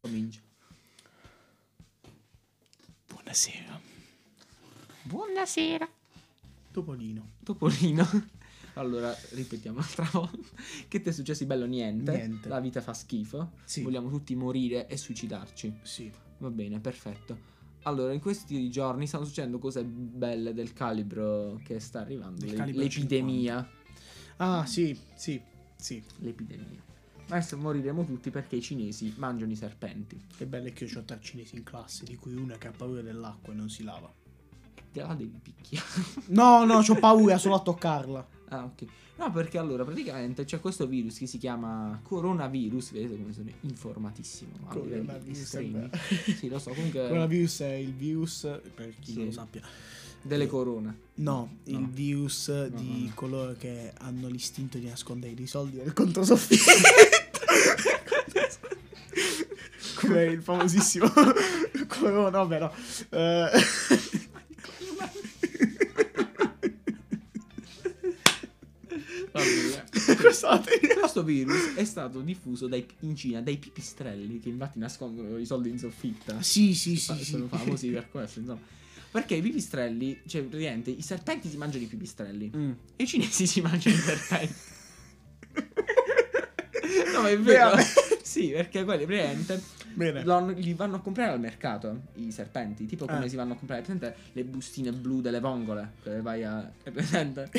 Comincia. Buonasera. Buonasera. Topolino. Topolino. Allora, ripetiamo un'altra volta. Che ti è successo di bello? Niente. Niente. La vita fa schifo. Sì. Vogliamo tutti morire e suicidarci. Sì. Va bene, perfetto. Allora, in questi giorni stanno succedendo cose belle del calibro che sta arrivando. Del le- calibro l'epidemia. Ah, sì, sì, sì. L'epidemia. Adesso moriremo tutti perché i cinesi mangiano i serpenti. Che bello è che io ho tre cinesi in classe, di cui una che ha paura dell'acqua e non si lava. Te la devi picchiare. No, no, ho paura solo a toccarla. Ah, ok. No, perché allora praticamente c'è questo virus che si chiama coronavirus. Vedete come sono informatissimo. a livelli Coronavirus, estremi. vabbè. Sì, lo so. Comunque, Coronavirus è il virus, per chi Sì. non lo sappia. delle corona. No, No. il virus di no, no. coloro che hanno l'istinto di nascondere i soldi nel controsoffitto. Come il famosissimo oh, Corona, vabbè no. Eh, eh. Vabbè. Questa la teniamo. Questo virus è stato diffuso dai- in Cina dai pipistrelli che infatti nascondono i soldi in soffitta. Sì, sì, sì. Fa- sì. sono famosi per questo, insomma. Perché i pipistrelli, cioè praticamente i serpenti si mangiano i pipistrelli Mm. e i cinesi si mangiano i serpenti. no, ma è vero. Bene. sì, perché quelli praticamente Bene. lo- li vanno a comprare al mercato i serpenti, tipo come Eh. si vanno a comprare presente, le bustine blu delle vongole, che vai a è presente.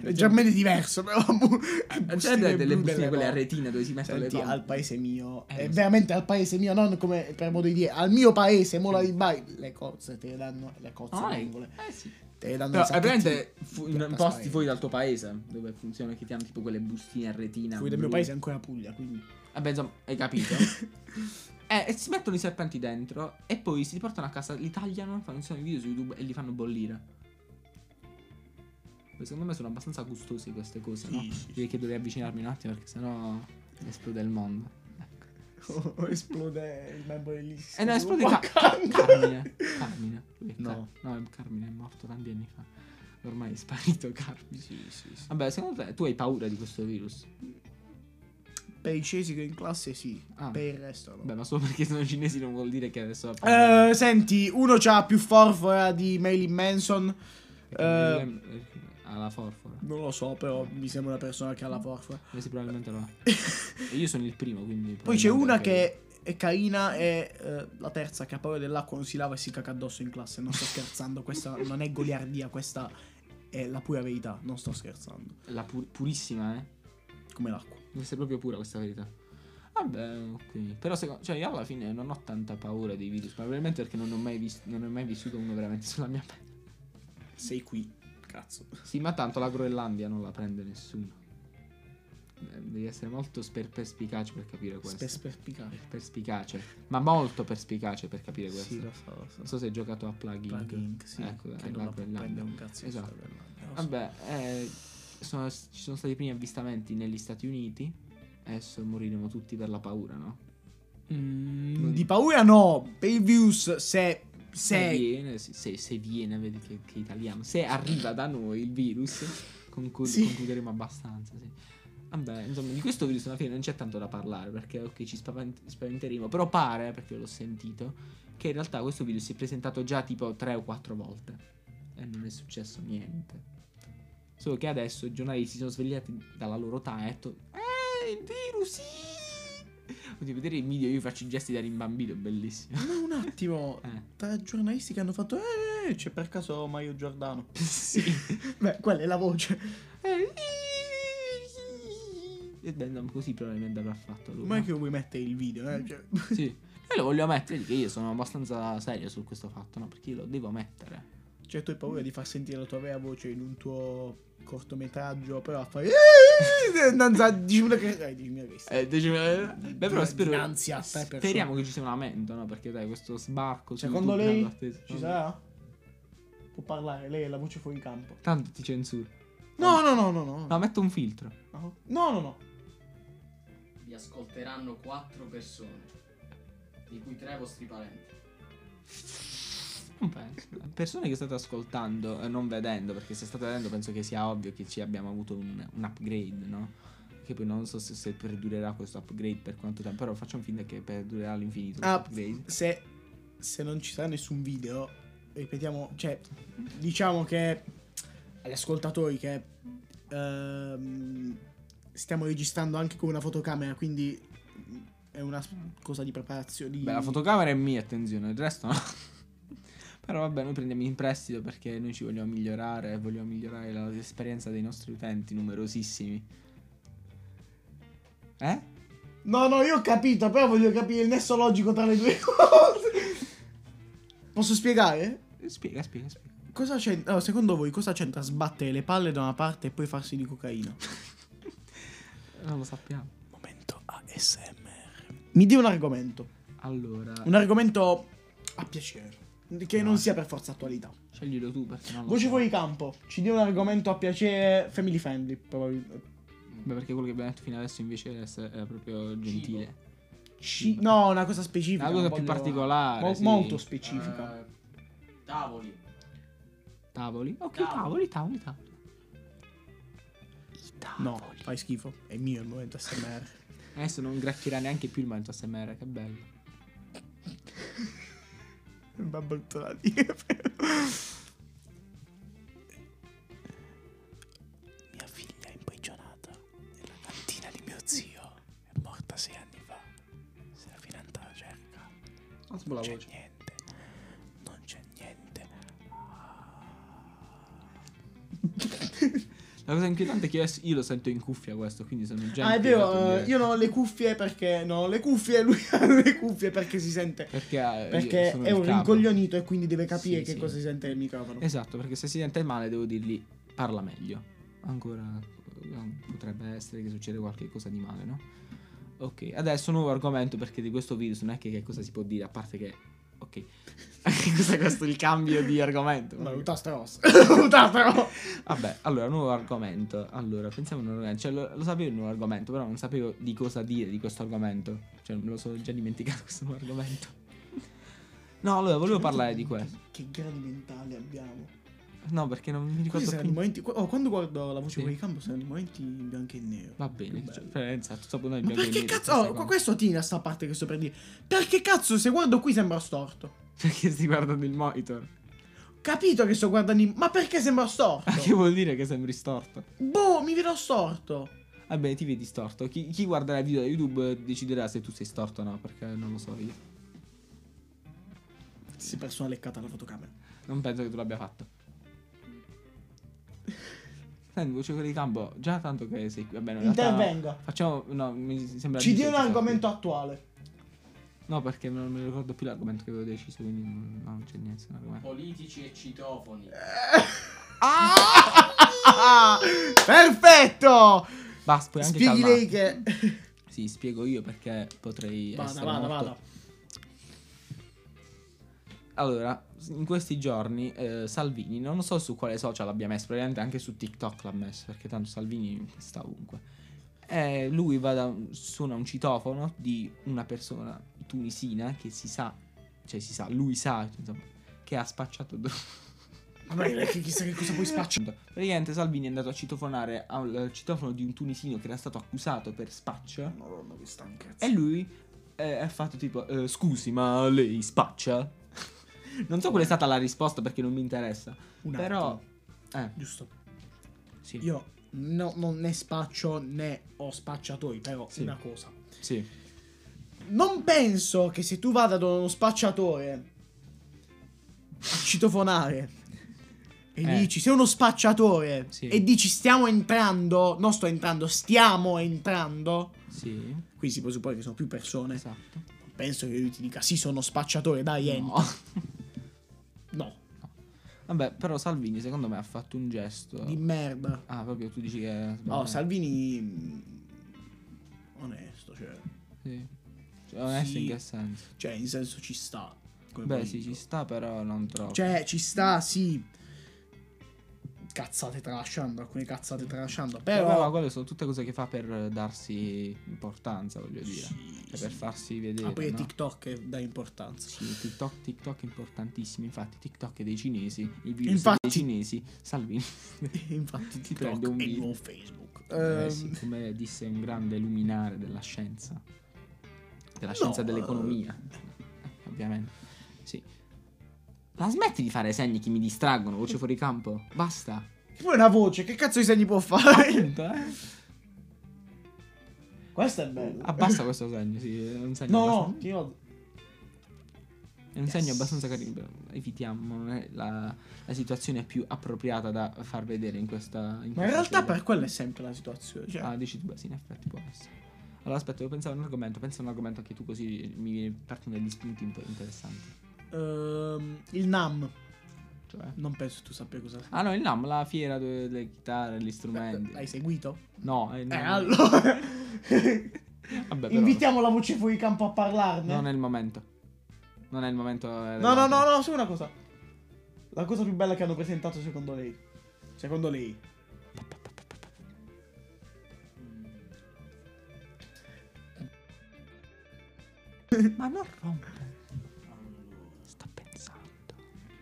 È già meno diverso, però. bu- Eh, C'è delle, delle blu, bustine quelle a no. retina dove si mettono Senti, le vongole. al paese mio, Eh, è lo so. veramente al paese mio, non come per modo di dire, al mio paese, mola di bai, le cozze te le danno, le cozze Ah, vongole, eh, eh sì. te le danno Però i è sacchettini. veramente fu- in Piatta posti spaventa. fuori dal tuo paese dove funziona che ti hanno tipo quelle bustine a retina. Fuori dal mio blu. paese è ancora Puglia, quindi... Vabbè, insomma, hai capito. eh, e si mettono i serpenti dentro e poi si portano a casa, li tagliano, fanno insomma, i video su YouTube e li fanno bollire. Poi Secondo me sono abbastanza gustosi queste cose, no? Direi che dovrei avvicinarmi un attimo perché sennò esplode il mondo. Ecco. Oh, esplode il membro dell'ISIS. E Eh, no, esplode Qua Ca- accanto. Carmine. Carmine. Lui è No. Car- no, Carmine è morto tanti anni fa. Ormai è sparito Carmine. Sì, sì, sì. Vabbè, secondo te tu hai paura di questo virus? Per i cinesi che in classe sì, Ah. per il resto no. Beh, ma solo perché sono cinesi non vuol dire che adesso... la pandemia- Eh, senti, uno c'ha più forfora di Marilyn Manson. perché eh. lei- eh, Ha la forfora. Non lo so, però mi sembra una persona che ha la forfora. Lei sì, probabilmente lo ha. E io sono il primo, quindi... Poi c'è probabilmente una anche che è carina e eh, la terza che ha paura dell'acqua non si lava e si caca addosso in classe. Non sto scherzando, questa non è goliardia, questa è la pura verità. Non sto scherzando. io. La pur- purissima, eh. Come l'acqua. Deve essere proprio pura questa verità. Vabbè, ok. Però secondo... Cioè, io alla fine non ho tanta paura dei virus. Probabilmente perché non ho mai, vis- non ho mai vissuto uno veramente sulla mia pelle. Sei qui, cazzo. Sì, ma tanto la Groenlandia non la prende nessuno. Eh, Devi essere molto sper- perspicace per capire questo. Per sperpicare. perspicace, ma molto perspicace per capire questo. Sì, lo so, lo so. Non so se hai giocato a plugin. Plug Inc, sì, Ecco, che eh, non la la può Groenlandia. prendere un cazzo. Esatto. questa Groenlandia, lo so. Vabbè, eh, sono- ci sono stati i primi avvistamenti negli Stati Uniti. Adesso moriremo tutti per la paura, no? Mm, di Eh, paura no, per il virus se... Se se... viene, se, se- se viene, vedi che, che italiano. Se arriva da noi il virus, conclu- Sì. concluderemo abbastanza. Sì. Vabbè, insomma, di questo virus alla fine non c'è tanto da parlare perché, ok, ci spavent- spaventeremo. Però pare, perché l'ho sentito, che in realtà questo virus si è presentato già tipo 3 o 4 volte e non è successo niente. Solo che adesso i giornali si sono svegliati dalla loro età e hanno detto: Eh, il virus! Sì! Oddio, vedere il video io faccio i gesti da rimbambito, bellissimo. No, un attimo, Eh. tra giornalisti che hanno fatto... Eh, eh, c'è per caso Mario Giordano. sì. Beh, quella è la voce. E Eh, beh, no, così probabilmente avrà fatto lui. Ma è no? che vuoi mettere il video, eh? Cioè, Sì. Io lo voglio mettere che io sono abbastanza serio su questo fatto, no? Perché io lo devo mettere. cioè, tu hai paura di far sentire la tua vera voce in un tuo cortometraggio, però "Eh, a fare... eh, Danza, dicimela che... Eh, dicimela che... Eh, beh, però Di- spero. dinanzi a tre persone. Speriamo che ci sia un aumento, no? Perché dai, questo sbarco. su Secondo YouTube lei tanto atteso, ci no? sarà? Può parlare, lei è la voce fuori campo. Tanto ti censuro. No, no, no, no, no. No, metto un filtro. No, no, no. Vi ascolteranno quattro persone, di cui tre vostri parenti. Non penso. Persone che state eh, ascoltando e non vedendo, perché se state vedendo penso che sia ovvio che ci abbiamo avuto un, un upgrade, no? Che poi non so se, se perdurerà questo upgrade per quanto tempo. Però facciamo finta che perdurerà all'infinito. Ah, questo upgrade. se, se non ci sarà nessun video, ripetiamo, cioè, diciamo che agli ascoltatori che ehm, stiamo registrando anche con una fotocamera, quindi è una s- cosa di preparazione. Di... Beh, la fotocamera è mia, attenzione, il resto no. Però vabbè, noi prendiamo in prestito perché noi ci vogliamo migliorare e vogliamo migliorare la- l'esperienza dei nostri utenti numerosissimi. Eh? No, no, io ho capito, però voglio capire il nesso logico tra le due cose. Posso spiegare? Spiega, spiega, spiega. Cosa c'entra, allora, secondo voi cosa c'entra sbattere le palle da una parte e poi farsi di cocaina? Non lo sappiamo. Momento ASMR. Mi dia un argomento. Allora, Un argomento a piacere. Che No. non sia per forza attualità. sceglilo tu perché non lo Voce so. fuori campo. Ci dia un argomento a piacere family friendly. probabil- Beh, perché quello che abbiamo detto fino adesso invece era, ess- era proprio gentile. Ci- no, una cosa specifica. Una cosa non più voglio- particolare. mo- sì. Molto specifica. Eh, tavoli. Tavoli? Ok, Tavoli. tavoli, tavoli, tavoli. I Ah, tavoli. no, fai schifo. È mio il momento ASMR. Adesso non gracchierà neanche più il momento ASMR, che bello. Mi ha brutto da dire, però. Mia figlia è imprigionata nella cantina di mio zio. È morta sei anni fa. Se la finanza la cerca. Alzo la c'è voce. niente. Non c'è niente. La cosa inquietante è che io, adesso- io lo sento in cuffia questo, quindi sono già... Ah, è impiegato in vero, eh, diretta. io non ho le cuffie perché non ho le cuffie, lui ha le cuffie perché si sente. Perché, eh, io Perché sono è il un capo. rincoglionito e quindi deve capire Sì, che sì. cosa si sente nel microfono. Esatto, perché se si sente male devo dirgli parla meglio. Ancora eh, potrebbe essere che succede qualcosa di male, no? Ok, adesso nuovo argomento perché di questo virus non è che, che cosa si può dire, a parte che... Ok, che cos'è questo il cambio di argomento? Ma è un tasto rosso. un tasto rosso. Vabbè, allora, nuovo argomento. Allora, pensiamo a un argomento. Cioè, lo, lo sapevo il nuovo argomento, però non sapevo di cosa dire di questo argomento. Cioè, me lo sono già dimenticato questo nuovo argomento. No, allora, volevo parlare di questo. Che gradi mentali abbiamo. No, perché non mi Questi ricordo saranno più. i momenti- oh, quando guardo la voce Sì. fuori campo saranno i momenti in bianco e nero. Va bene, Più cioè, bello. Ferenza, tutto noi Ma abbiamo perché detto cazzo? queste Oh, cose. questo tira sta parte che sto per dire. Perché cazzo se guardo qui sembra storto? Perché si guardano il monitor? Capito che sto guardando in... Ma perché sembra storto? Ah, Che vuol dire che sembri storto? Boh, mi vedo storto. Vabbè, ti vedi storto. Chi, chi guarderà il video da YouTube deciderà se tu sei storto o no, perché non lo so io. Si è perso una leccata alla fotocamera. Non penso che tu l'abbia fatto. Senti, voce fuori di campo, già tanto che sei qui. Vabbè, no, in realtà- Intervenga. Facciamo. No, mi sembra. Ci di dia un essere storti. argomento attuale. No, perché non mi ricordo più l'argomento che avevo deciso, quindi non, no, non c'è niente. se non argomento. Politici e citofoni. Ah! Perfetto! Basta, puoi anche Oh. Spieghi lei calmarti. che... Sì, spiego io perché potrei. Vada, essere vada, molto- vada. Allora, in questi giorni eh, Salvini, non so su quale social abbia messo, probabilmente anche su TikTok l'ha messo, perché tanto Salvini sta ovunque. Eh, lui va da, suona un citofono di una persona tunisina che si sa, cioè si sa, lui sa, insomma, che ha spacciato droga. Ma che chissà che cosa puoi spacciare. Praticamente Salvini è andato a citofonare al al citofono di un tunisino che era stato accusato per spaccio. Madonna, che stanchezza. E lui eh, ha fatto tipo, eh, scusi, ma lei spaccia? non so qual è stata la risposta perché non mi interessa. Un però... attimo, Eh, Giusto. sì. Io no- non ne spaccio né ho spacciatori, però Sì. una cosa. Sì. Non penso che se tu vada da uno spacciatore a citofonare e Eh. dici sei uno spacciatore Sì. e dici stiamo entrando, non sto entrando, stiamo entrando. Sì. Qui si presuppone che sono più persone. Esatto. Non penso che lui ti dica sì sono spacciatore, dai No. entra. No, Vabbè, però Salvini secondo me ha fatto un gesto. di Oh, merda. Ah, proprio tu dici che... No, Salvini... mm, Onesto, cioè... Sì. Cioè, onesto Sì. in che senso? Cioè, in senso ci sta. come Beh, politico. sì, ci sta, però non troppo. Cioè, ci sta, sì. Cazzate tralasciando, alcune cazzate tralasciando. però... Però... quelle sono tutte cose che fa per darsi importanza, voglio dire. Sì, E per sì. farsi vedere. Ah, poi è no? TikTok che dà importanza. Sì, TikTok, TikTok è importantissimo. Infatti, TikTok è dei cinesi. Il virus è Infatti. dei cinesi. Salvini. Infatti Ti prendo TikTok un è il video. nuovo Facebook. Eh, ehm, sì, come disse un grande luminare della scienza, della No, scienza eh. dell'economia, Eh, ovviamente. Sì. La smetti di fare segni che mi distraggono, voce fuori campo. Basta. Poi una voce, che cazzo di segni può fare? Appunto, eh. Questo è bello. Abbassa questo segno, sì. È un segno, No, no, abbastan- ti odio. è un segno Yes. abbastanza carino. Evitiamo, non è la, la situazione più appropriata da far vedere in questa. in Ma in questa realtà sede. per quella è sempre la situazione. Cioè, Ah, dici tu, beh, sì, in effetti può essere. Allora, aspetta, devo pensare a un argomento. Pensa a un argomento anche tu, così mi partono degli spunti imp- interessanti. ehm, il NAM. Cioè. Non penso tu sappia cosa. Ah no, il NAM, la fiera de- delle chitarre, gli strumenti. L'hai seguito? No, eh, Eh, non- allora. Vabbè, però, Invitiamo la voce fuori campo a parlarne. Non è il momento. Non è il momento. eh, No, no, dell'altro. no, no, su una cosa. La cosa più bella che hanno presentato secondo lei. Secondo lei. Ma non rompere. Allora, Sto pensando.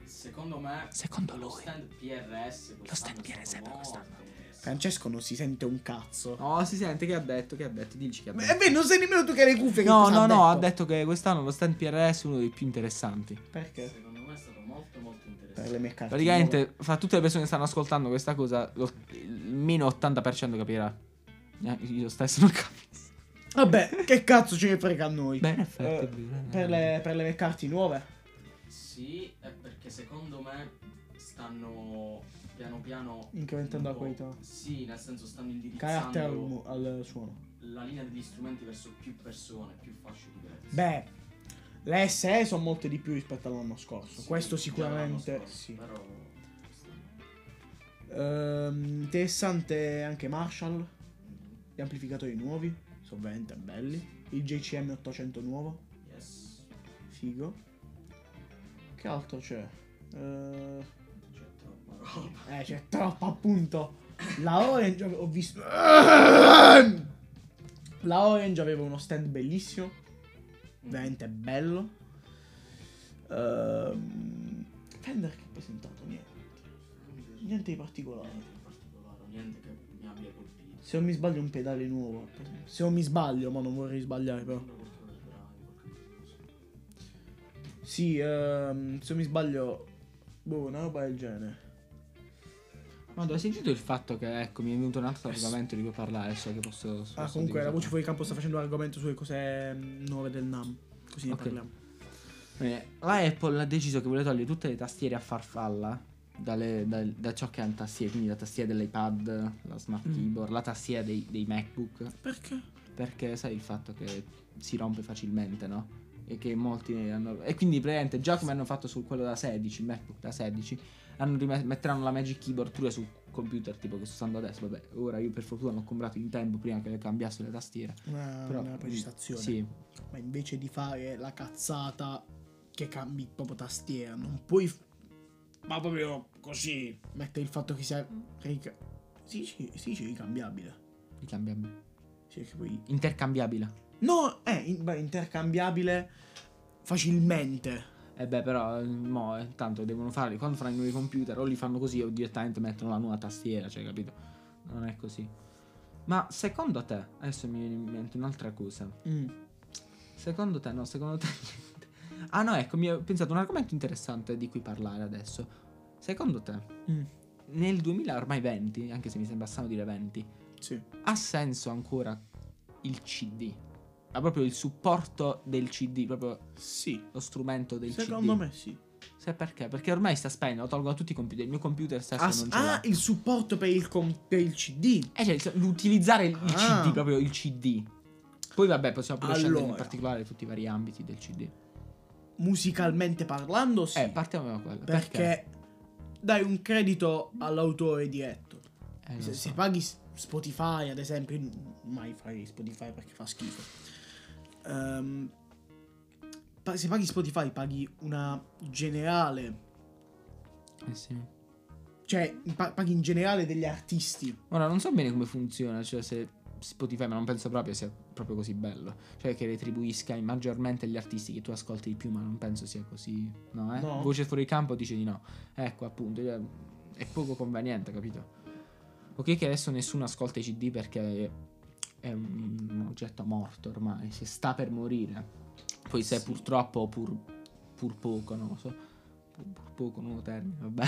secondo me Secondo lo lui. stand PRS Lo stand PRS per quest'anno. Francesco non si sente un cazzo. No, si sente che ha detto, che ha detto, dici che ha Ma- detto. E beh, non sai nemmeno tu che hai le cuffie. che No, cosa no, no, ha detto che quest'anno lo stand PRS è uno dei più interessanti. Perché? Secondo me è stato molto molto Per interessante. le mie carte. Praticamente, fra tutte le persone che stanno ascoltando questa cosa, lo- il meno 80% capirà. Eh, io stesso non capisco. Vabbè, che cazzo ce ne frega a noi? Beh, in Eh, effetti, è vero. per, le, per le mie carte nuove. Sì, è perché secondo me stanno piano piano Incrementando un la po'- qualità. Sì, nel senso stanno Carattere al, indirizzando mu- al suono. la linea degli strumenti verso più persone, più fasce diverse. Beh, le SE sono molte di più rispetto all'anno scorso. Sì, Questo già l'anno sicuramente scorso, sì. Però Ehm, interessante anche Marshall. Gli amplificatori nuovi. Sovente, belli. Il JCM 800 nuovo. yes, Figo. Che altro c'è? Ehm, c'è troppa roba. eh, c'è troppo appunto. La Orange ave- ho visto. La Orange aveva uno stand bellissimo. Veramente bello. Ehm, Fender che ha presentato niente. Niente di particolare. Niente in particolare, niente che mi abbia colpito. Se non mi sbaglio un pedale nuovo. Se non mi sbaglio, ma non vorrei sbagliare però. Sembra qualcosa di grave, qualcosa di- Sì, ehm, se non mi sbaglio... Boh, una roba del genere. Ma hai sentito il fatto che, ecco, mi è venuto un altro argomento di cui parlare, so che posso... Ah, posso comunque dire la voce cosa. fuori campo sta facendo un argomento sulle cose mm, nuove del NAM. Così ne Ok. parliamo. Eh, La Apple ha deciso che vuole togliere tutte le tastiere a farfalla dalle- dal- da ciò che hanno tastiere, quindi la tastiera dell'iPad, la smart Mm. keyboard, la tastiera dei, dei MacBook, Perché? perché sai il fatto che si rompe facilmente, no? E che molti hanno... E quindi praticamente già come hanno fatto su quello da 16, il MacBook da 16, hanno rime- metteranno la Magic Keyboard pure sul computer tipo che sto usando adesso, vabbè, ora io per fortuna l'ho comprato in tempo prima che le cambiassero le tastiere. Ah, Una, Però, una precisazione. Sì, Ma invece di fare la cazzata che cambi proprio tastiera, non puoi... f- ma proprio così. Mettere il fatto che sia... rica- Sì, sì, sì, sì, ricambiabile. ricambiabile. Sì, che poi Intercambiabile. No, è in- beh, intercambiabile facilmente. E beh, però, eh, mo, eh, tanto devono farli. Quando faranno i nuovi computer, o li fanno così, o direttamente mettono la nuova tastiera, cioè, capito? Non è così. Ma secondo te, adesso mi viene in mente un'altra cosa. Mm, Secondo te, no, secondo te niente. Ah, no, ecco, mi ho pensato a un argomento interessante di cui parlare adesso. Secondo te, Mm. nel 2000, ormai 20, anche se mi sembra strano dire 20, Sì. ha senso ancora il CD? Ha proprio il supporto del CD, proprio Sì. lo strumento del CD? Secondo me sì. Sai perché? Perché ormai sta spento, lo tolgono tutti i computer. Il mio computer stesso Ah, non ce ah, l'ha. il supporto per il, com- per il CD. Eh, cioè, il- l'utilizzare il il Ah. CD, proprio il CD. Poi vabbè, possiamo pure scendere in Allora. particolare tutti i vari ambiti del CD. Musicalmente parlando, sì. Eh, partiamo da quello. perché, dai un credito all'autore diretto. Eh, non se, so. se paghi S- Spotify, ad esempio, n- mai fai Spotify perché fa schifo. Ehm, pa- se paghi Spotify, paghi una generale. Eh, sì. Cioè, pa- paghi in generale degli artisti. Ora, non so bene come funziona, cioè se Spotify, ma non penso proprio sia proprio così bello. Cioè che retribuisca maggiormente gli artisti che tu ascolti di più, ma non penso sia così. No, eh? No. Voce fuori campo dice di no. Ecco, appunto, cioè, è poco conveniente, capito? Ok che adesso nessuno ascolta i CD perché è un oggetto morto ormai, si sta per morire. Poi se Sì. purtroppo pur, pur poco, non lo so, pur, pur poco, nuovo termine, vabbè.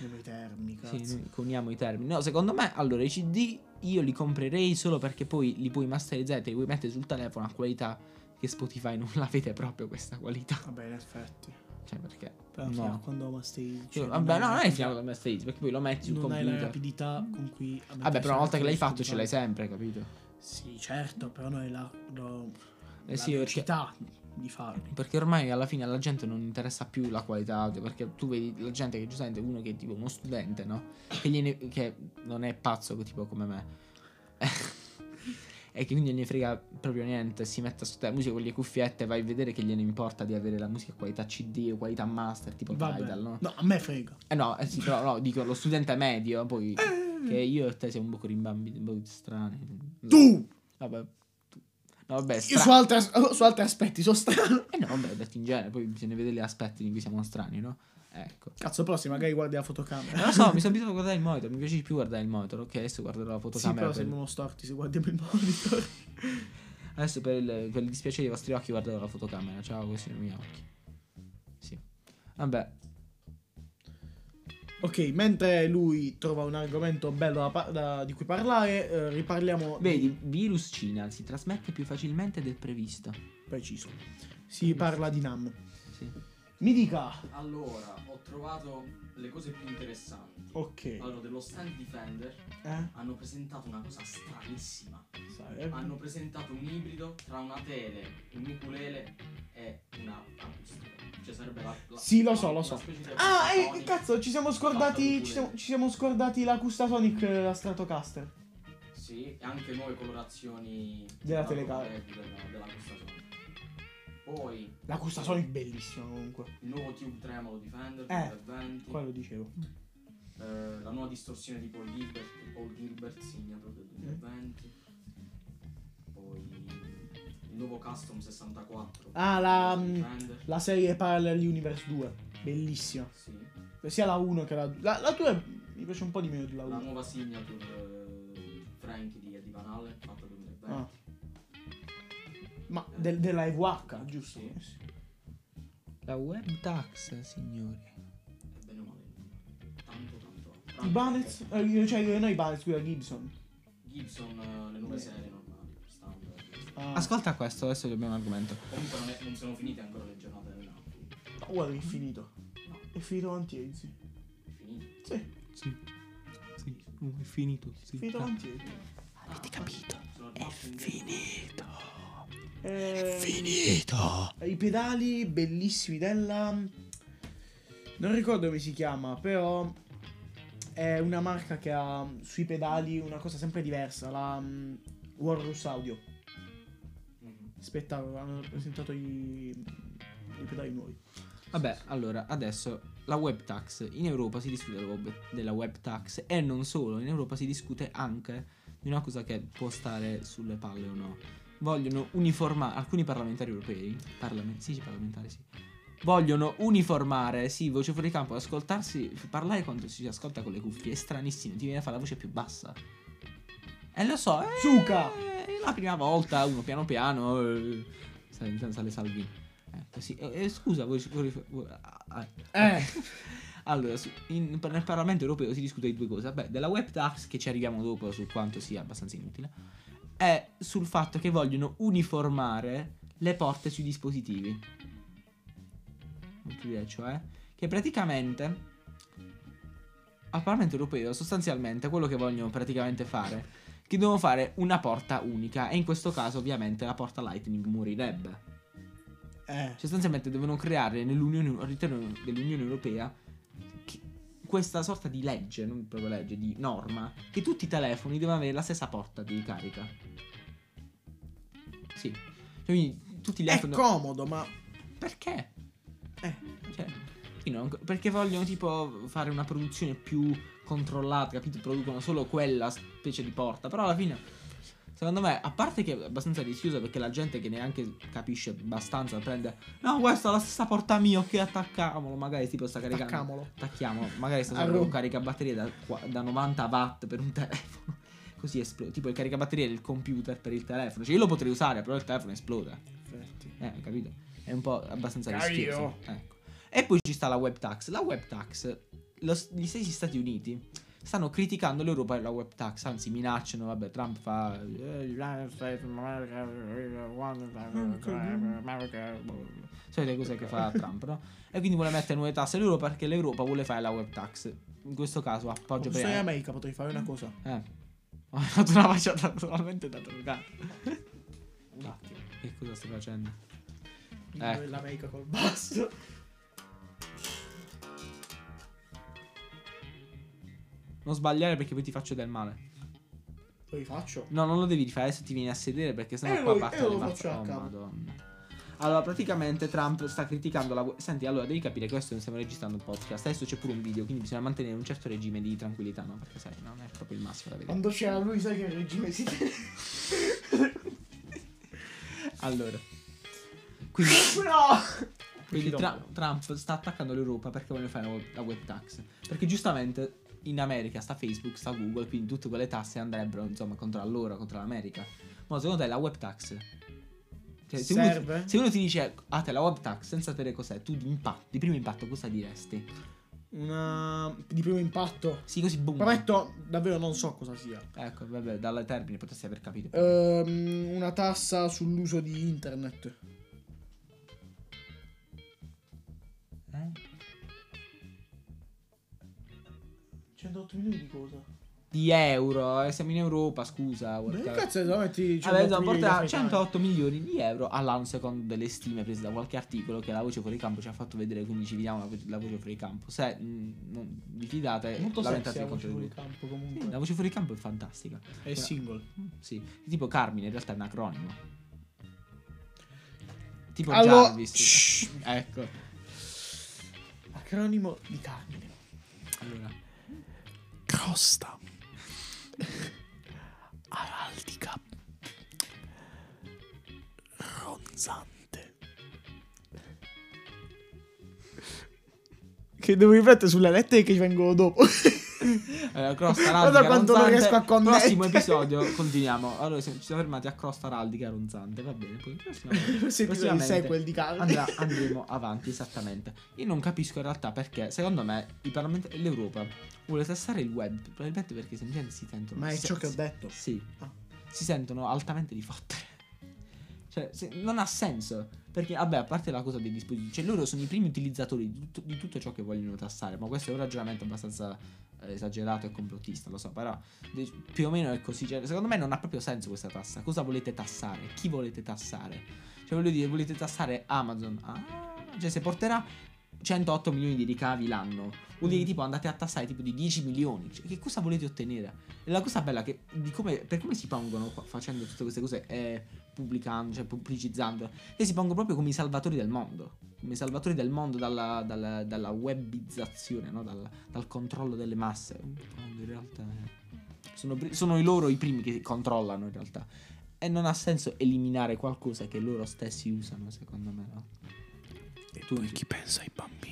Come i termi, cazzo. Sì, noi coniamo i termini. No, secondo me, allora, i CD io li comprerei solo perché poi li puoi masterizzare, te li puoi mettere sul telefono a qualità che Spotify non l'avete proprio questa qualità. Vabbè, in effetti. Cioè, perché... Però No. fino a quando masterizzi. Cioè, vabbè, no, non è finiamo con masterizzo, perché poi lo metti sul Non hai la computer. rapidità con cui... Vabbè, però una volta che l'hai fatto ce l'hai sempre, capito? Sì, certo, però non hai la, lo- Eh la sì, perché, velocità di farlo. perché ormai alla fine alla gente non interessa più la qualità audio, perché tu vedi la gente che giustamente uno che è tipo uno studente, no? Che, gliene- che non è pazzo tipo come me. e che quindi non gli frega proprio niente, si mette a studiare musica con le cuffiette, vai a vedere che gliene importa di avere la musica qualità CD o qualità master, tipo Vabbè. Tidal, no? a me frega. Eh no, eh sì, però no, dico lo studente medio, poi Eh. che io e te siamo un po' rimbambiti, un po' strani. Tu! Vabbè, tu- no, vabbè, Io stra- su, altre- su altri aspetti sono strano. Eh no, vabbè, ho detto in genere, poi bisogna vedere gli aspetti in cui siamo strani, no? Ecco. Cazzo, però se magari guardi la Non fotocamera. lo so, mi sono abituato a guardare il monitor, mi piace di più guardare il monitor, ok? Adesso guarderò la Sì, fotocamera. però per- sembrano storti se guardiamo il monitor. Adesso per il, per il dispiacere dei vostri occhi guarderò la fotocamera, ciao, questi sono i miei occhi. Sì. Vabbè, Ok, mentre lui trova un argomento bello da par- da- di cui parlare, eh, riparliamo di- vedi, virus Cina si trasmette più facilmente del previsto. preciso. Si parla di Nam. Sì. Mi dica. Allora, ho trovato le cose più interessanti. Ok. Allora, dello stand Defender Eh? hanno presentato una cosa stranissima. Sai, eh? Hanno presentato un ibrido tra una tele, un ukulele e una acustica. Cioè sarebbe la, la Sì, lo so, una lo so. specie di Ah, acustasonic. eh, cazzo, ci siamo scordati. Ci siamo, ci siamo scordati la Custa Sonic, eh, la Stratocaster. Sì, e anche nuove colorazioni Della no, telecamera. della- della acustasonic. Poi La Custa Sonic bellissima comunque. il nuovo Tube Tremolo di Fender Eh, 2020, Qua lo dicevo. eh, la nuova distorsione di Paul Gilbert, di Paul Gilbert signato del Mm. 2020. Poi il nuovo Custom 64. Ah, la, di mm, Fender. La serie Parallel Universe 2. Bellissima. Sì. Sia la 1 che la 2. La, la 2 mi piace un po' di meno della La 1. nuova signature eh, Frank di Eddie Van Halen, fatta 2020. Ah. Ma del- della EVH, giusto? Sì. Eh, sì. La web tax, signori. E bene o male. Tanto tanto. I Banez, Ah, eh, io- cioè io- noi Banez, scusa, Gibson. Gibson, eh, le nuove serie normali. standard. Ah, Ascolta questo, adesso che abbiamo un argomento. Comunque non, è- non sono finite ancora le giornate del Napoli. no, guarda che oh, è finito. No. È finito Mantiezi. Finite. Sì, Sì. Sì, è finito. è finito Mantiezi. Avete capito? Ah, Sono È rimaste in- finito. Eh, Finito. I pedali bellissimi della... Non ricordo come si chiama, però è una marca che ha sui pedali una cosa sempre diversa, la mm, Walrus Audio. Mhm. Spettacolo, hanno presentato i, i pedali nuovi. Vabbè, allora, adesso la web tax. In Europa si discute della web, della web tax e non solo, in Europa si discute anche di una cosa che può stare sulle palle o no. Vogliono uniformare, alcuni parlamentari europei, parlamen- sì, sì, parlamentari sì, vogliono uniformare, sì, voce fuori campo, ascoltarsi, parlare quando si ascolta con le cuffie, è stranissimo, ti viene a fare la voce più bassa. E lo so, eh, Zucca! è la prima volta, uno piano piano, eh, sai, senza le salvine. Ecco, sì. Eh, eh, scusa, voi, voi- voi- ah, ah. Eh. Allora, su- in- nel Parlamento europeo si discute di due cose. Beh, della web tax, che ci arriviamo dopo su quanto sia abbastanza inutile, e sul fatto che vogliono uniformare le porte sui dispositivi. Molto dire, cioè, che praticamente al Parlamento europeo sostanzialmente quello che vogliono praticamente fare che devono fare una porta unica e in questo caso ovviamente la porta Lightning morirebbe. Eh. Sostanzialmente devono creare nell'Unione, all'interno dell'Unione Europea chi- questa sorta di legge, non proprio legge, di norma, che tutti i telefoni devono avere la stessa porta di carica. Sì. Cioè, quindi tutti gli È iPhone... comodo, ma... Perché? Eh. Cioè, io non- perché vogliono tipo fare una produzione più controllata, capito? Producono solo quella specie di porta, però alla fine... Secondo me, a parte che è abbastanza rischiosa perché la gente che neanche capisce abbastanza prende. No, questa è la stessa porta mia, ok, attaccamolo. Magari tipo sta caricando. Attaccamolo. Attacchiamolo. Magari sta Ah, solo no. un caricabatterie da, qua- da 90 watt per un telefono. Così esplode. Tipo il caricabatterie del computer per il telefono. Cioè, io lo potrei usare, però il telefono esplode. Eh, capito? È un po' abbastanza Capito. rischioso. Ecco. E poi ci sta la web tax. La web tax, lo s- gli stessi Stati Uniti stanno criticando l'Europa e la web tax, anzi minacciano, vabbè, Trump fa... "Eh, Solite cose che fa Trump, no? E quindi vuole mettere nuove tasse all'Europa perché l'Europa vuole fare la web tax. In questo caso appoggio Posso in per... America potrei fare una cosa. Eh. Ho fatto una faccia totalmente da drogare. Un attimo. Che cosa stai facendo? Dico Ecco. l'America col basso. Non sbagliare perché poi ti faccio del male. Lo rifaccio. No, non lo devi rifare, adesso ti vieni a sedere perché sennò Eh, qua lo- parte eh, lo le faccio a oh, capo. madonna. Allora, praticamente Trump sta criticando la... Senti, allora devi capire che questo non stiamo registrando un podcast, adesso c'è pure un video, quindi bisogna mantenere un certo regime di tranquillità, no? Perché sai, non è proprio il massimo da vedere. Quando c'era lui, sai che regime si Allora. Quindi, No! quindi Ci Tra- dobbiamo. Trump sta attaccando l'Europa perché vogliono fare la web- la web tax. Perché giustamente in America sta Facebook, sta Google, quindi tutte quelle tasse andrebbero insomma contro loro, contro l'America. Ma secondo te la web tax? Cioè, se, uno, Serve? se uno ti dice a te la web tax senza sapere cos'è, tu di, impatto, di primo impatto cosa diresti? Una. di primo impatto. Sì, così boom. Prometto, davvero non so cosa sia. Ecco, vabbè, dal termine potresti aver capito. Ehm, una tassa sull'uso di internet. Eh? 108 milioni di cosa? Di euro, eh, siamo in Europa, scusa. Ma che guarda- cazzo da metti Vabbè, insomma, 108 milioni di porterà africani? 108 milioni di euro all'anno secondo delle stime prese da qualche articolo che la voce fuori campo ci ha fatto vedere, quindi ci fidiamo la voce, la voce fuori campo. Se mh, non vi fidate, Molto sexy lamentatevi la contro voce di fuori lui. campo Sì, La comunque. voce fuori campo è fantastica. È single. Mm, Sì, tipo Carmine in realtà è un acronimo. Tipo Allora- Jarvis. Shh. Ecco. Acronimo di Carmine. Allora, Crosta. Araldica. Ronzante. Che devo riflettere sulle lettere che ci vengono dopo. eh, Guarda Crosta Araldica quanto non Ronzante. riesco a connettere. Prossimo episodio continuiamo. Allora, siamo- ci siamo fermati a Crosta Araldica Ronzante, va bene, poi prossimo Se tu sei il Prossimamente sequel di Carmine. andrà- andremo avanti esattamente. Io non capisco in realtà perché, secondo me, il Parlamento- l'Europa vuole tassare il web, probabilmente perché semplicemente si sentono. Ma è si- ciò che ho si- detto. Sì. Ah. Si sentono altamente di fottere. Cioè, se- non ha senso. Perché, vabbè, a parte la cosa dei dispositivi, cioè loro sono i primi utilizzatori di tutto, di tutto ciò che vogliono tassare. Ma questo è un ragionamento abbastanza eh, esagerato e complottista, lo so, però de- più o meno è così. Cioè, secondo me non ha proprio senso questa tassa. Cosa volete tassare? Chi volete tassare? Cioè, voglio dire, volete tassare Amazon? Ah, cioè, se porterà 108 milioni di ricavi l'anno, vuol dire Mm. tipo andate a tassare tipo di 10 milioni. Cioè, che cosa volete ottenere? E la cosa bella che di come, per come si pongono qua- facendo tutte queste cose e pubblicando, cioè pubblicizzando, e si pongono proprio come i salvatori del mondo. Come i salvatori del mondo dalla, dalla- dalla webizzazione, no? dal, dal controllo delle masse. Quando in realtà eh, sono, pri- sono i loro i primi che controllano in realtà. E non ha senso eliminare qualcosa che loro stessi usano, secondo me, no? E tu dici, pensa ai bambini?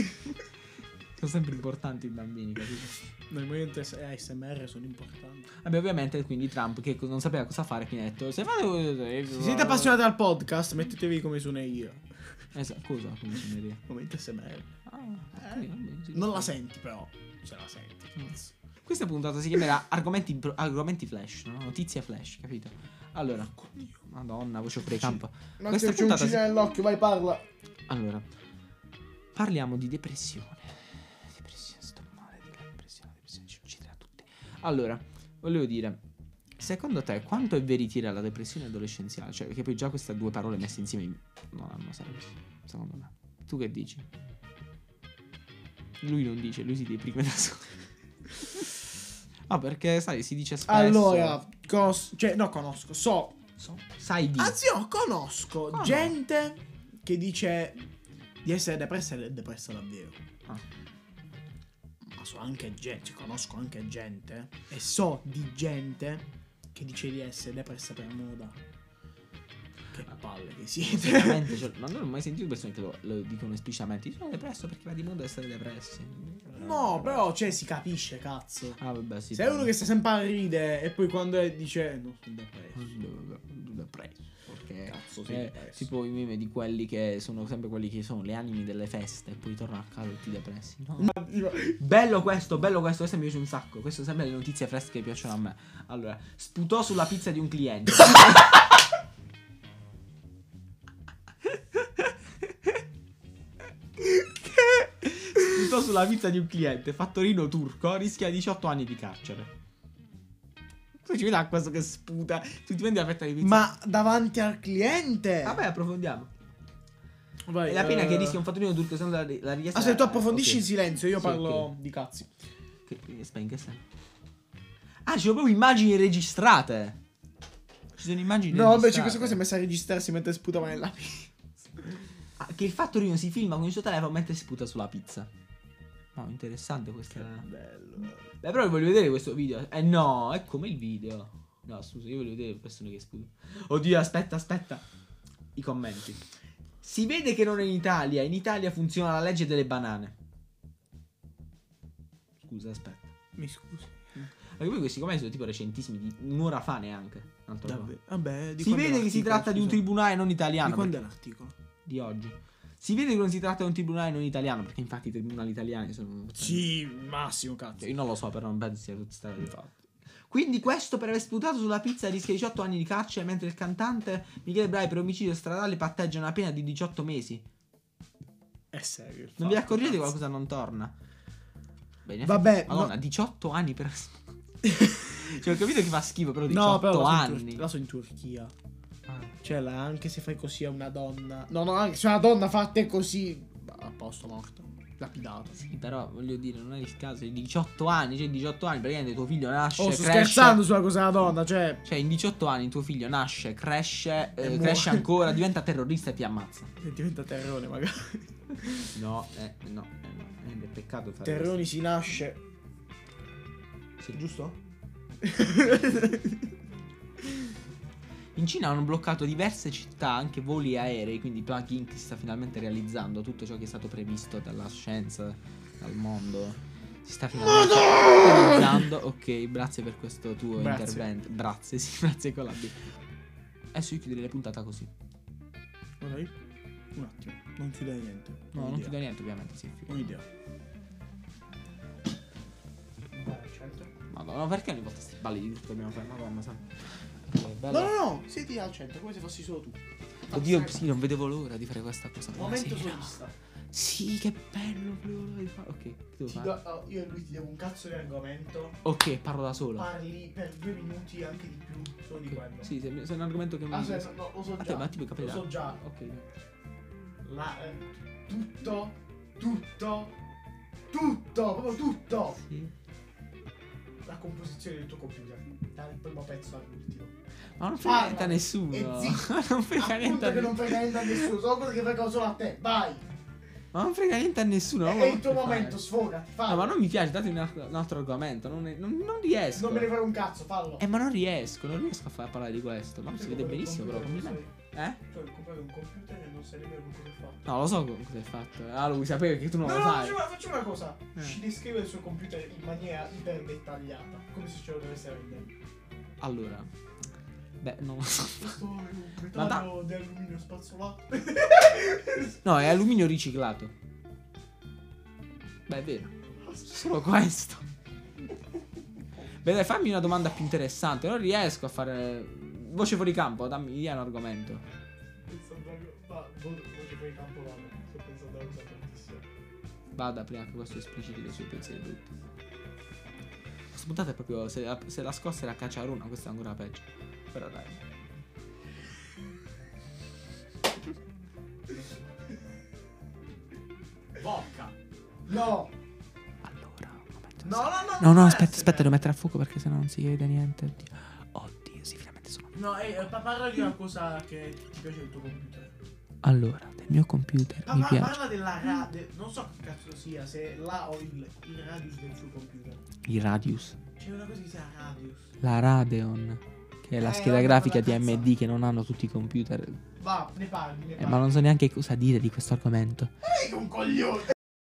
sono sempre importanti i bambini, capito? Nel momento eh, ASMR sono importanti. Vabbè, ovviamente quindi Trump che co- non sapeva cosa fare, quindi ha detto: Se fate. Se siete appassionati al podcast, mettetevi come sono io. Esatto, cosa? Come ci meria? Momento ASMR. Ah, ok, va bene, sì. Non la senti, però. Se la senti. Cazzo. Questa puntata si chiamerà Argomenti, pro- argomenti Flash, no? Notizie Flash, capito? Allora, Madonna, voce fuori campo. Ma Questa c'è un puntata cigno si- nell'occhio, vai parla. Allora, parliamo di depressione. Depressione, sto male di la depressione, la depressione ci ucciderà tutti. Allora, volevo dire, secondo te quanto è veritiera la depressione adolescenziale? Cioè, perché poi già queste due parole messe insieme non hanno senso, secondo me. Tu che dici? Lui non dice, lui si deprime da solo. Ah, perché sai, si dice spesso. Allora, cos- cioè, no, conosco, so. So- sai di. Anzi, no, conosco Conosco. gente che dice di essere depressa ed è depressa davvero. Ah. cioè, Ma so anche gente, conosco anche gente e so di gente che dice di essere per sapermelo da. Che palle che siete. Veramente, cioè, ma non ho mai sentito persone che lo, lo dicono esplicitamente. Io sono depresso perché va di moda essere depressi. no, però, cioè, si capisce, cazzo. Ah, vabbè, sì. Se è uno che sta sempre a ride e poi quando è- dice no, sono depresso. depresso. Perché Cazzo, Eh, tipo i meme di quelli che sono sempre quelli che sono le anime delle feste e poi torna a casa tutti depressi. No. Bello questo, bello questo, questo mi piace un sacco. Queste sono sempre le notizie fresche che piacciono a me. Allora, sputò sulla pizza di un cliente. sputò sulla pizza di un cliente, fattorino turco, rischia 18 anni di carcere. Tu ci vedi a questo che sputa, tu ti prendi la fetta di pizza. Ma davanti al cliente. Vabbè, approfondiamo. Vai, È la pena eh, che rischia un fattorino turco, se no la, la richiesta... Ah, se tu approfondisci in eh, silenzio, io Sì, parlo ok. di cazzi. ok. Che- aspetta, in che senso? Ah, ci sono proprio immagini registrate. Ci sono immagini No, vabbè, c'è registrate. questa cosa è messa a registrarsi mentre sputava nella pizza. Ah, che il fattorino si filma con il suo telefono mentre sputa sulla pizza. No, interessante questa... Bello. Beh, però voglio vedere questo video. Eh no, è come il video. No, scusa, io voglio vedere le persone che sputano. Oddio, aspetta, aspetta. I commenti. Si vede che non è in Italia. In Italia funziona la legge delle banane. Scusa, aspetta. Mi scusi. Perché poi questi commenti sono tipo recentissimi, di un'ora fa neanche. Tanto fa. Davvero. Vabbè, di Si quando è vede che si l'articolo, tratta di un scusa? tribunale non Di italiano. quando è perché- l'articolo? di oggi. Si vede che non si tratta di un tribunale non italiano, perché infatti i tribunali italiani sono... Sì, massimo cazzo. Cioè, io non lo so, però non penso sia tutta stata Quindi questo per aver sputato sulla pizza rischia 18 anni di carcere, mentre il cantante Michele Brai per omicidio stradale patteggia una pena di 18 mesi. È serio. il Non vi fatto, accorgete che cazzo. qualcosa non torna? Beh, in Vabbè, effetti- Madonna, 18 anni per... cioè, ho capito che fa schifo, però 18 No, però la sono in anni. Tur- la sono in Turchia. Ah. Cioè, là, anche se fai così a una donna. No, no, anche se una donna fatta così. A posto, morta. Oh, Lapidata. Sì, però voglio dire, non è il caso. I 18 anni, cioè 18 anni, praticamente tuo figlio nasce, Oh, sto cresce. scherzando sulla cosa della donna, cioè. Cioè, in 18 anni tuo figlio nasce, cresce, eh, E muore. cresce ancora, diventa terrorista e ti ammazza. Diventa terrone, magari. No, eh, no, eh, no. eh, È peccato fare Terroni si nasce. questo. Sì. Giusto? In Cina hanno bloccato diverse città, anche voli aerei, quindi Plug Inc. sta finalmente realizzando tutto ciò che è stato previsto dalla scienza, dal mondo. Si sta finalmente realizzando. Ok, grazie per questo tuo Grazie. intervento. Grazie, sì, grazie con la B. Adesso io chiuderei la puntata così. Ok. Un attimo, non chiudere niente. No, non Un'idea. chiudo niente, ovviamente. Sì, chiudo. Un'idea. Mm. Madonna, perché ogni volta sti balli di tutto dobbiamo fare? Madonna, sai. Che bello. No, no, no, siedi al centro, come se fossi solo tu. Oddio, sì, non vedevo l'ora di fare questa cosa. Momento Buonasera. solista. Sì, che bello, volevo l'ora di fare. Ok, che devo Ti fare? do- oh, io e lui ti devo un cazzo di argomento. Ok, parlo da solo. Parli per due minuti, anche di più, solo di quello. Sì, se, se è un argomento che mi. Aspetta, no, lo so A già. te, ma tipo i capelli eh. Lo so là. già. Ok. La, eh, tutto, tutto, tutto, proprio tutto. Sì. La composizione del tuo computer. Dal primo pezzo all'ultimo. Ma non frega Parla. niente a nessuno. E zitto. non frega Appunto niente a che non nessuno. frega niente a nessuno, solo quello che frega solo a te. Vai! Ma non frega niente a nessuno. è non lo il tuo voglio fare. momento, sfogati, fallo. No, ma non mi piace, datemi un, altro- un altro argomento. Non, è- non- non riesco. Non me ne frega un cazzo, fallo. Eh, ma non riesco, non riesco a far parlare di questo. Ma Tu si vede compri un benissimo, però. computer, complimenti. Eh? non sai- Cioè, Tu hai comprato un computer e non sai nemmeno con cosa è fatto. No, lo so co- cosa hai fatto. Ah, lo vuoi sapere che tu non No, lo no, sai. facciamo, facciamo una cosa. Eh. Ci descrive il suo computer in maniera iper dettagliata, come se ce lo dovesse avere. Allora. Beh, non lo so. Questo è un Ma da- metallo di alluminio spazzolato. No, è alluminio riciclato. Beh, è vero. Solo questo. Beh, dai, fammi una domanda più interessante. Non riesco a fare. Voce fuori campo, dammi via un argomento. Penso proprio- Ma voce fuori campo vado, sto pensando a una cosa tantissimo. Vada prima che questo espliciti le sue pensieri brutti. Questa puntata è proprio. Se la, se la scossa era cacciaruna, questa è ancora peggio. Però dai. Vodka. No! Allora, un momento. No, no, no! eh, No, non no, è aspetta, essere. aspetta, devo mettere a fuoco perché sennò non si vede niente. Oddio, Oddio sì, finalmente sono. No, eh, eh, pa- parla di una cosa che ti piace del tuo computer. Allora, del mio computer Pa- mi pa- piace parla della radio. Non so che cazzo sia, se la o il, il radius del suo computer. il Radius, C'è una cosa che si chiama radius. la Radeon, È la Eh, scheda no, grafica quella cazzo. AMD che non hanno tutti i computer. Va, ne parli, ne Eh, parli. ma non so neanche cosa dire di questo argomento. Sei un coglione!